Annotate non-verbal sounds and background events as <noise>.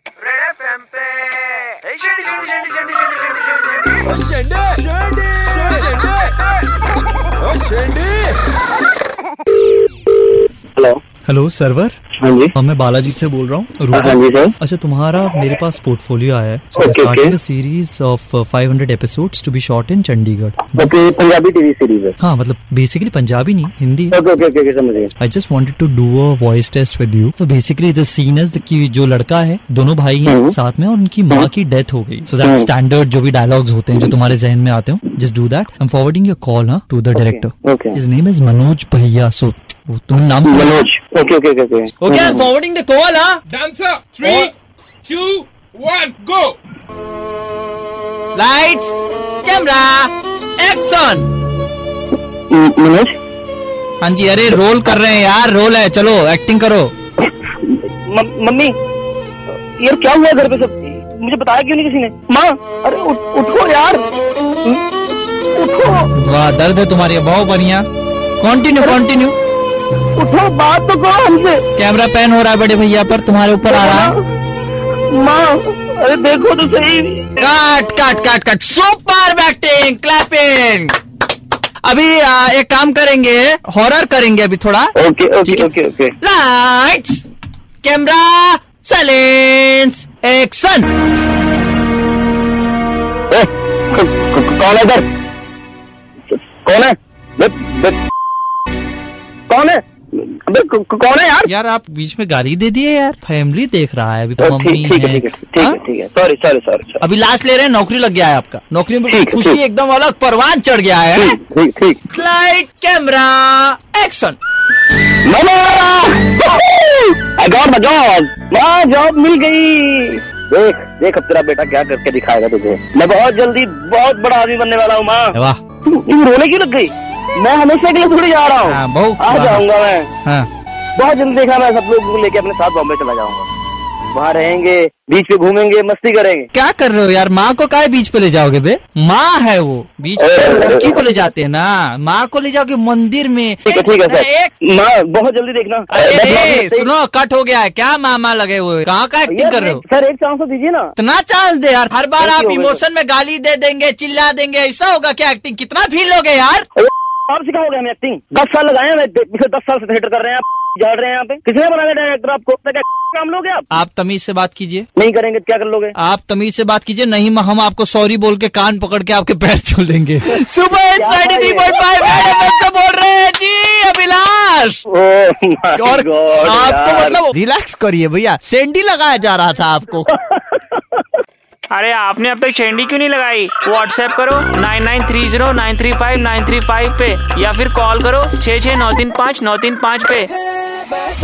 FM पे Hey, शेंडी, शेंडी, शेंडी, शेंडी, शेंडी, शेंडी, शेंडी, शेंडी। Şende! Şende! Şende! Şende! Hello hello server हाँ जी हाँ, मैं बालाजी से बोल रहा हूँ हाँ रोबोट जी सर अच्छा तुम्हारा मेरे पास पोर्टफोलियो आया है Okay, okay. Series of 500 episodes to be shot in Chandigarh okay Punjabi TV series है हाँ मतलब बेसिकली पंजाबी नहीं Hindi okay okay okay okay समझिए I just wanted to do a voice test with you तो बेसिकली द सीन इज कि जो लड़का है दोनों भाई हैं हम्म। साथ में और उनकी माँ की डेथ हो गई सो दैट हम्म। स्टैंडर्ड जो भी डायलॉग्स होते हाँ। हैं जो तुम्हारे जहन में आते हो just do that I am forwarding your call हाँ to the director okay. His name is Manoj भैया सो तुम नाम समझ- Manoj okay okay okay okay हाँ। Okay, I'm forwarding the call, huh? Oh. Dancer, three, two, one, go. Lights, camera, action. म- मनोज हाँ जी अरे role कर रहे हैं यार रोल है चलो एक्टिंग करो म- मम्मी यार क्या हुआ घर पे सब मुझे बताया क्यों नहीं किसी ने माँ अरे उठ, उठो यार उठो वाह दर्द है तुम्हारी बहुत बढ़िया कंटिन्यू कंटिन्यू उठो बात तो करो हमसे कैमरा पैन हो रहा है बड़े भैया पर तुम्हारे ऊपर आ हाँ। रहा है माँ अरे देखो तो सही काट काट काट काट सुपर बैटिंग क्लैपिंग अभी आ, एक काम करेंगे हॉरर करेंगे अभी थोड़ा ओके ठीक ओके ओके है। Okay lights camera silence action ए, क- क- कौन है इधर कौन है बे, बे, कौन है अबे क- क- कौन है यार यार आप बीच में गाली दे दिए यार फैमिली देख रहा है अभी तो ठीक मम्मी ठीक है है ठीक है ठीक है हाँ? ठीक है सॉरी सॉरी सॉरी सॉरी। अभी लास्ट ले रहे हैं नौकरी लग गया है आपका नौकरी में ठीक है, खुशी ठीक। एकदम अलग परवान चढ़ गया है ठीक ठीक ठीक light camera action mama I got the job माँ जॉब मिल गई देख देख अब तेरा बेटा क्या करके दिखाएगा तुझे मैं बहुत जल्दी बहुत बड़ा आदमी बनने वाला हूँ माँ वाह तू तू रोने क्यों लग गई मैं हमेशा के लिए थोड़ी जा रहा हाँ, हूँ बहुत- आ जाऊंगा मैं हाँ बहुत जल्दी देखा मैं सब लोग लेके अपने साथ बॉम्बे चला जाऊंगा वहाँ रहेंगे बीच पे घूमेंगे मस्ती करेंगे क्या कर रहे हो यार माँ को काहे बीच पे ले जाओगे बे माँ है वो बीच पे लड़की को ले जाते हैं ना माँ को ले जाओगे मंदिर में ठीक है ठीक है एक सर माँ बहुत जल्दी देखना अरे, बस माँ, अरे, बस- सुनो कट हो गया है क्या मामा लगे हुए कहाँ का एक्टिंग यार, कर रहे हो एक- सर एक चांस तो दीजिए ना इतना चांस दे यार हर बार गलती आप हो गई सर। इमोशन में गाली दे देंगे चिल्ला देंगे ऐसा होगा क्या एक्टिंग कितना फील लोगे यार आप सिखाओगे हमें एक्टिंग दस साल लगाए हैं मैं पिछले दस साल से थिएटर कर रहे हैं आप झाड़ रहे हैं यहाँ पे किसने बनाया डायरेक्टर आपको आपने क्या काम लोगे आप आप तमीज से बात कीजिए नहीं करेंगे तो क्या कर लोगे आप तमीज से बात कीजिए नहीं म- हम आपको सॉरी बोल के कान पकड़ के आपके पैर छोड़ <laughs> देंगे सुबह साढ़े थ्री पॉइंट फाइव से बोल रहे हैं जी अभिलाष ओह Oh my और God, आपको यार। मतलब रिलैक्स करिए भैया सेंडी लगाया जा रहा था आपको अरे आपने अब तक शेंडी क्यों नहीं लगाई व्हाट्सएप करो nine nine three zero nine three five nine three five पे या फिर कॉल करो छः छः नौ तीन पाँच नौ तीन पाँच पे